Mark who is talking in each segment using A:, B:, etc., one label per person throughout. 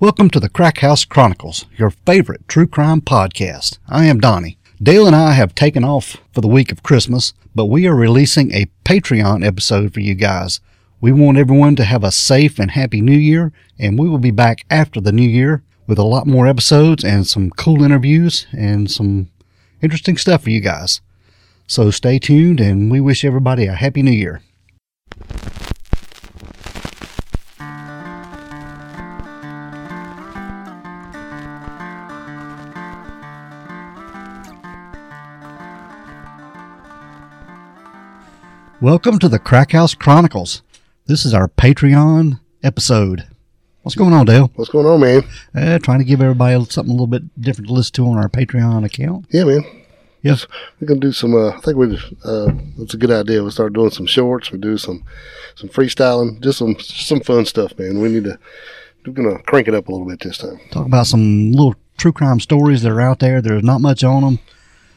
A: Welcome to the Crack House Chronicles, your favorite true crime podcast. I am Donnie. Dale and I have taken off for the week of Christmas, but we are releasing a Patreon episode for you guys. We want everyone to have a safe and happy new year, and we will be back after the new year with a lot more episodes and some cool interviews and some interesting stuff for you guys. So stay tuned, and we wish everybody a happy new year. Welcome to the Crack House Chronicles. This is our Patreon episode. What's going on, Dale?
B: What's going on, man?
A: Uh, trying to give everybody something a little bit different to listen to on our Patreon account.
B: Yeah, man.
A: Yes.
B: We're gonna do some. Uh, I think we. Uh, that's a good idea. We start doing some shorts. We do some, some freestyling. Just some, some fun stuff, man. We need to. We're gonna crank it up a little bit this time,
A: Talk about some little true crime stories that are out there. There's not much on them.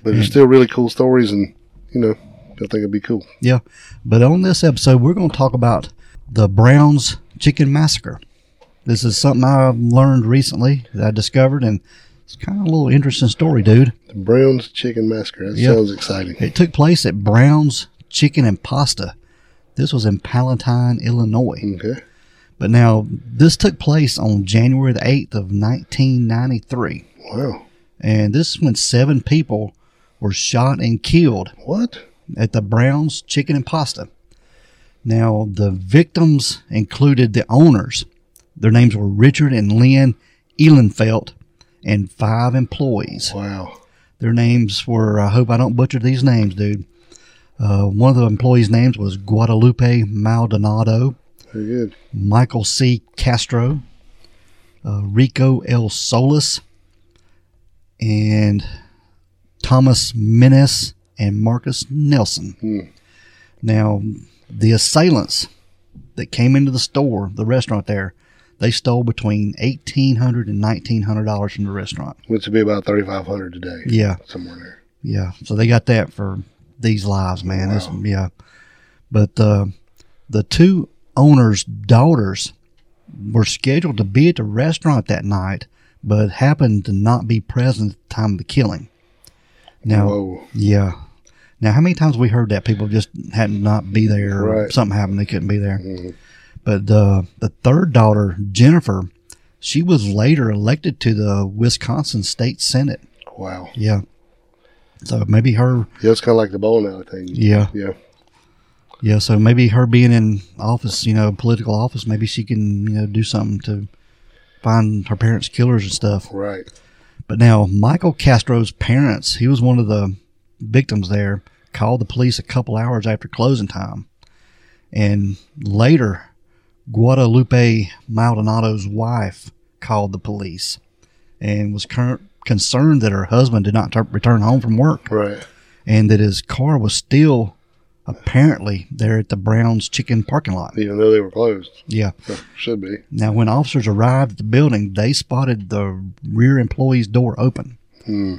B: but
A: Mm.
B: it's still really cool stories, and you know, I think it'd be cool.
A: Yeah. But on this episode, we're going to talk about the Browns Chicken Massacre. This is something I learned recently that I discovered, and it's kind of a little interesting story, dude.
B: The Browns Chicken Massacre. That
A: Yeah.
B: sounds exciting.
A: It took place at Brown's Chicken and Pasta. This was in Palatine, Illinois.
B: Okay.
A: But now, this took place on January the 8th of 1993.
B: Wow.
A: And this is when seven people were shot and killed
B: What?
A: at the Browns Chicken and Pasta. Now, the victims included the owners. Their names were Richard and Lynn Ehlenfelt and five employees.
B: Wow.
A: Their names were, I hope I don't butcher these names, dude. Uh, one of the employees' names was Guadalupe Maldonado,
B: Very good.
A: Michael C. Castro, uh, Rico L. Solis, and Thomas Menes and Marcus Nelson. Now, the assailants that came into the store, the restaurant there, they stole between $1,800 and $1,900 from the restaurant.
B: Which would be about thirty five hundred today.
A: Yeah.
B: Somewhere there.
A: Yeah, so they got that for these lives, man. That's- yeah, but uh, the two owners' daughters were scheduled to be at the restaurant that night, but happened to not be present at the time of the killing. Now,
B: Whoa.
A: yeah, now how many times we heard that people just had to not be there, or
B: Right.
A: something happened, they couldn't be there. But uh, the third daughter, Jennifer, she was later elected to the Wisconsin State Senate.
B: Wow.
A: Yeah. So maybe her,
B: Yeah, it's kind of like the bowling alley thing.
A: yeah,
B: Yeah.
A: yeah. So maybe her being in office, you know, political office, maybe she can, you know, do something to find her parents' killers and stuff.
B: Right.
A: But now, Michael Castro's parents, he was one of the victims there, called the police a couple hours after closing time. And later, Guadalupe Maldonado's wife called the police and was cur- concerned that her husband did not tur return home from work
B: Right.
A: and that his car was still apparently there at the Browns chicken parking lot.
B: Even though they were closed,
A: Yeah.
B: should be.
A: Now, when officers arrived at the building, they spotted the rear employee's door open.
B: Hmm.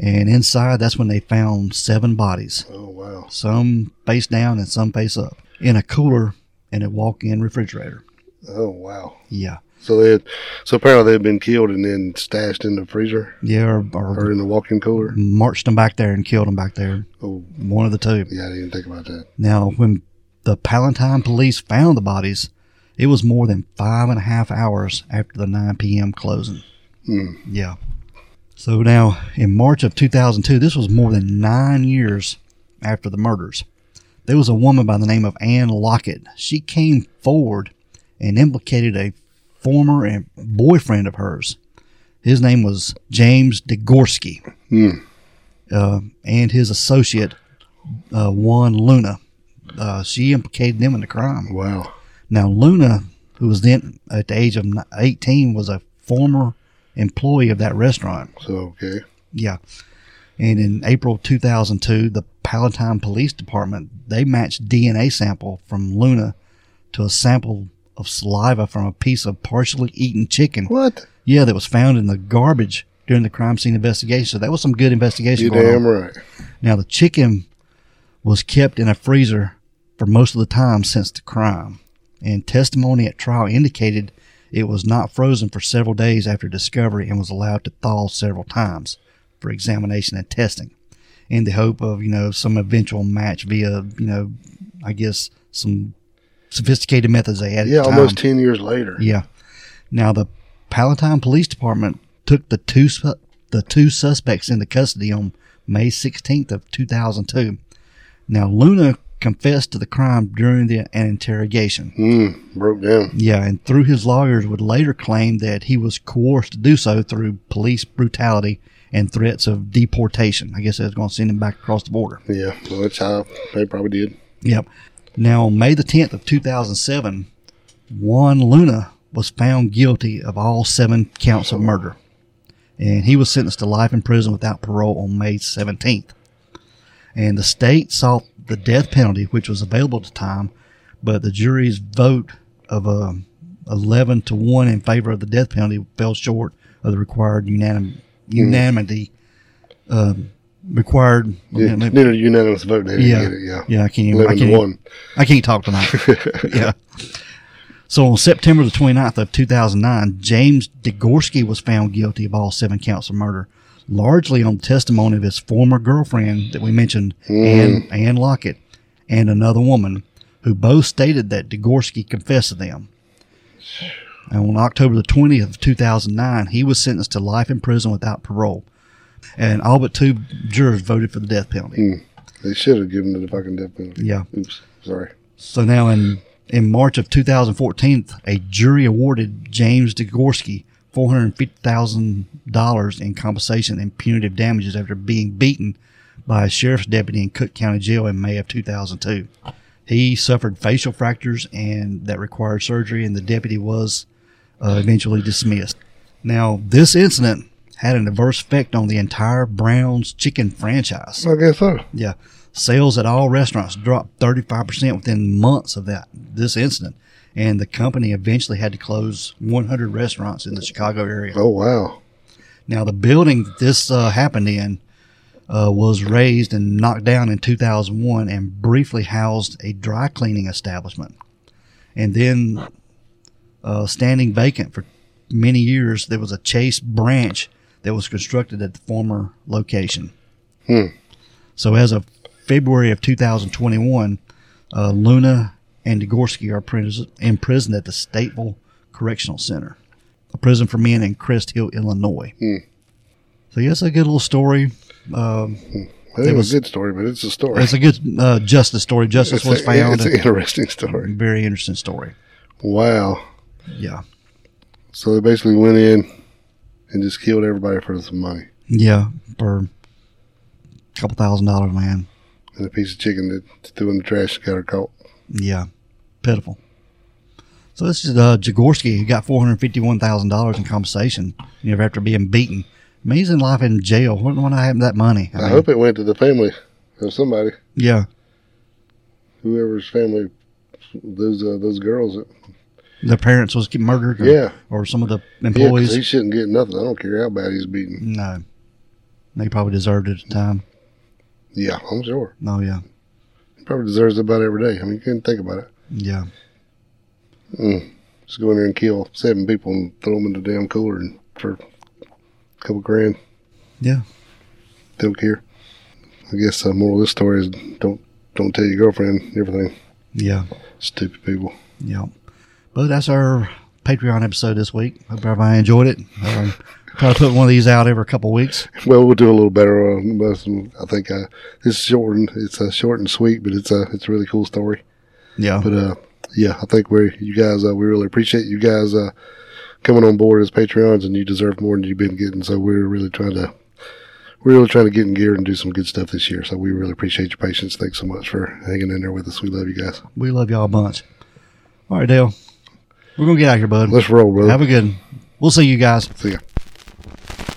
A: And inside, that's when they found seven bodies,
B: Oh wow.
A: some face down and some face up, in a cooler and a walk in refrigerator.
B: Oh wow.
A: Yeah.
B: So they had, so apparently they've been killed and then stashed in the freezer
A: Yeah. Or, or
B: or in the walk-in cooler.
A: marched them back there and killed them back there.
B: Oh,
A: One of the two.
B: yeah, I didn't think about that.
A: Now, when the Palatine police found the bodies, it was more than five and a half hours after the 9 p.m. closing.
B: Hmm.
A: Yeah. So now, in March of 2002, this was more than nine years after the murders. There was a woman by the name of Ann Lockett. She came forward and implicated a former and boyfriend of hers. His name was James Degorski,
B: Hmm.
A: uh, and his associate uh, Juan Luna. Uh, she implicated them in the crime.
B: Wow.
A: Now Luna, who was then at the age of ni- 18, was a former employee of that restaurant.
B: So okay.
A: Yeah. And in April 2002, the Palatine Police Department, they matched DNA sample from Luna to a sample of saliva from a piece of partially eaten chicken.
B: What?
A: Yeah, that was found in the garbage during the crime scene investigation. So that was some good investigation
B: You
A: going on.
B: damn right.
A: Now, the chicken was kept in a freezer for most of the time since the crime, and testimony at trial indicated It was not frozen for several days after discovery and was allowed to thaw several times for examination and testing in the hope of, you know, some eventual match via, you know, I guess some sophisticated methods they had. at
B: Yeah,
A: the
B: almost
A: time.
B: 10 years later.
A: Yeah. Now the Palatine Police Department took the two su- the two suspects into custody on May 16th of 2002. Now Luna confessed to the crime during the an interrogation.
B: Mm, broke down.
A: Yeah, and through his lawyers would later claim that he was coerced to do so through police brutality and threats of deportation. I guess they was going to send him back across the border.
B: Yeah, well, that's how they probably did.
A: Yep. Now, on May the 10th of 2007, Juan Luna was found guilty of all seven counts of murder. And he was sentenced to life in prison without parole on May 17th. And the state sought the death penalty, which was available at the time, but the jury's vote of um, 11 to 1 in favor of the death penalty fell short of the required unanim-
B: Mm-hmm.
A: unanimity um, required.
B: Yeah, Needed a unanimous vote. They didn't
A: Yeah.
B: get it. Yeah.
A: Yeah, I can't even. I
B: 11
A: can't,
B: to 1.
A: I can't talk tonight. yeah. So on September the 29th of 2009, James Degorski was found guilty of all seven counts of murder, largely on testimony of his former girlfriend that we mentioned, Ann, Ann Lockett, and another woman, who both stated that Degorski confessed to them. And on October the 20th of 2009, he was sentenced to life in prison without parole. And all but two jurors voted for the death penalty.
B: They should have given it the fucking death penalty.
A: Yeah.
B: Oops. Sorry.
A: So now in in March of 2014, a jury awarded James Degorski four hundred fifty thousand dollars in compensation and punitive damages after being beaten by a sheriff's deputy in Cook County Jail in May of 2002. He suffered facial fractures and that required surgery, and the deputy was uh, eventually dismissed. Now, this incident had an adverse effect on the entire Brown's Chicken franchise.
B: I guess so.
A: Yeah. Sales at all restaurants dropped 35% within months of that this incident. And the company eventually had to close 100 restaurants in the Chicago area.
B: Oh, wow.
A: Now, the building that this uh, happened in uh, was raised and knocked down in 2001 and briefly housed a dry cleaning establishment. And then, uh, standing vacant for many years, there was a Chase branch that was constructed at the former location. So, as of February of 2021, uh, Luna and Degorski are pris- imprisoned at the Stateville Correctional Center, a prison for men in Crest Hill, Illinois. So, yes, a good little story. Um,
B: That ain't
A: was-
B: a good story, but it's a story.
A: it's a good uh, justice story. Justice
B: It's a-
A: was found.
B: it's an interesting story.
A: very interesting story.
B: Wow.
A: Yeah.
B: So they basically went in and just killed everybody for some money
A: Yeah. For a couple thousand dollars, man.
B: and a piece of chicken that threw in the trash and got her caught.
A: Yeah, pitiful. So this is uh, Jagorski who got four hundred fifty-one thousand dollars in compensation. You know, after being beaten, I mean, he's in life in jail. What what happened to that money?
B: I
A: mean,
B: hope it went to the family of somebody,
A: Yeah,
B: whoever's family, those uh, those girls. That,
A: their parents was get murdered. Or,
B: Yeah.
A: or some of the
B: yeah, 'cause
A: employees.
B: he shouldn't get nothing. I don't care how bad he's beaten.
A: no, they probably deserved it at the time.
B: Yeah, I'm sure.
A: No, yeah,
B: He probably deserves it about every day. I mean, you couldn't think about it.
A: yeah,
B: Just go in there and kill seven people and throw them in the damn cooler and for a couple grand.
A: yeah.
B: Don't care. I guess the moral of this story is don't don't tell your girlfriend everything.
A: Yeah,
B: Stupid people.
A: yeah. But that's our Patreon episode this week. Hope everybody enjoyed it. Um, try to put one of these out every couple weeks.
B: Well, we'll do a little better on most of them. I think uh, this is short and it's uh, short and sweet, but it's a it's a really cool story.
A: Yeah,
B: But uh, yeah, I think we you guys uh, we really appreciate you guys uh, coming on board as Patreons, and you deserve more than you've been getting. So we're really trying to we're really trying to get in gear and do some good stuff this year. So we really appreciate your patience. Thanks so much for hanging in there with us. We love you guys.
A: We love y'all a bunch. All right, Dale. We're gonna get out of here, bud.
B: Let's roll, brother.
A: Have a good. one. We'll see you guys.
B: See ya.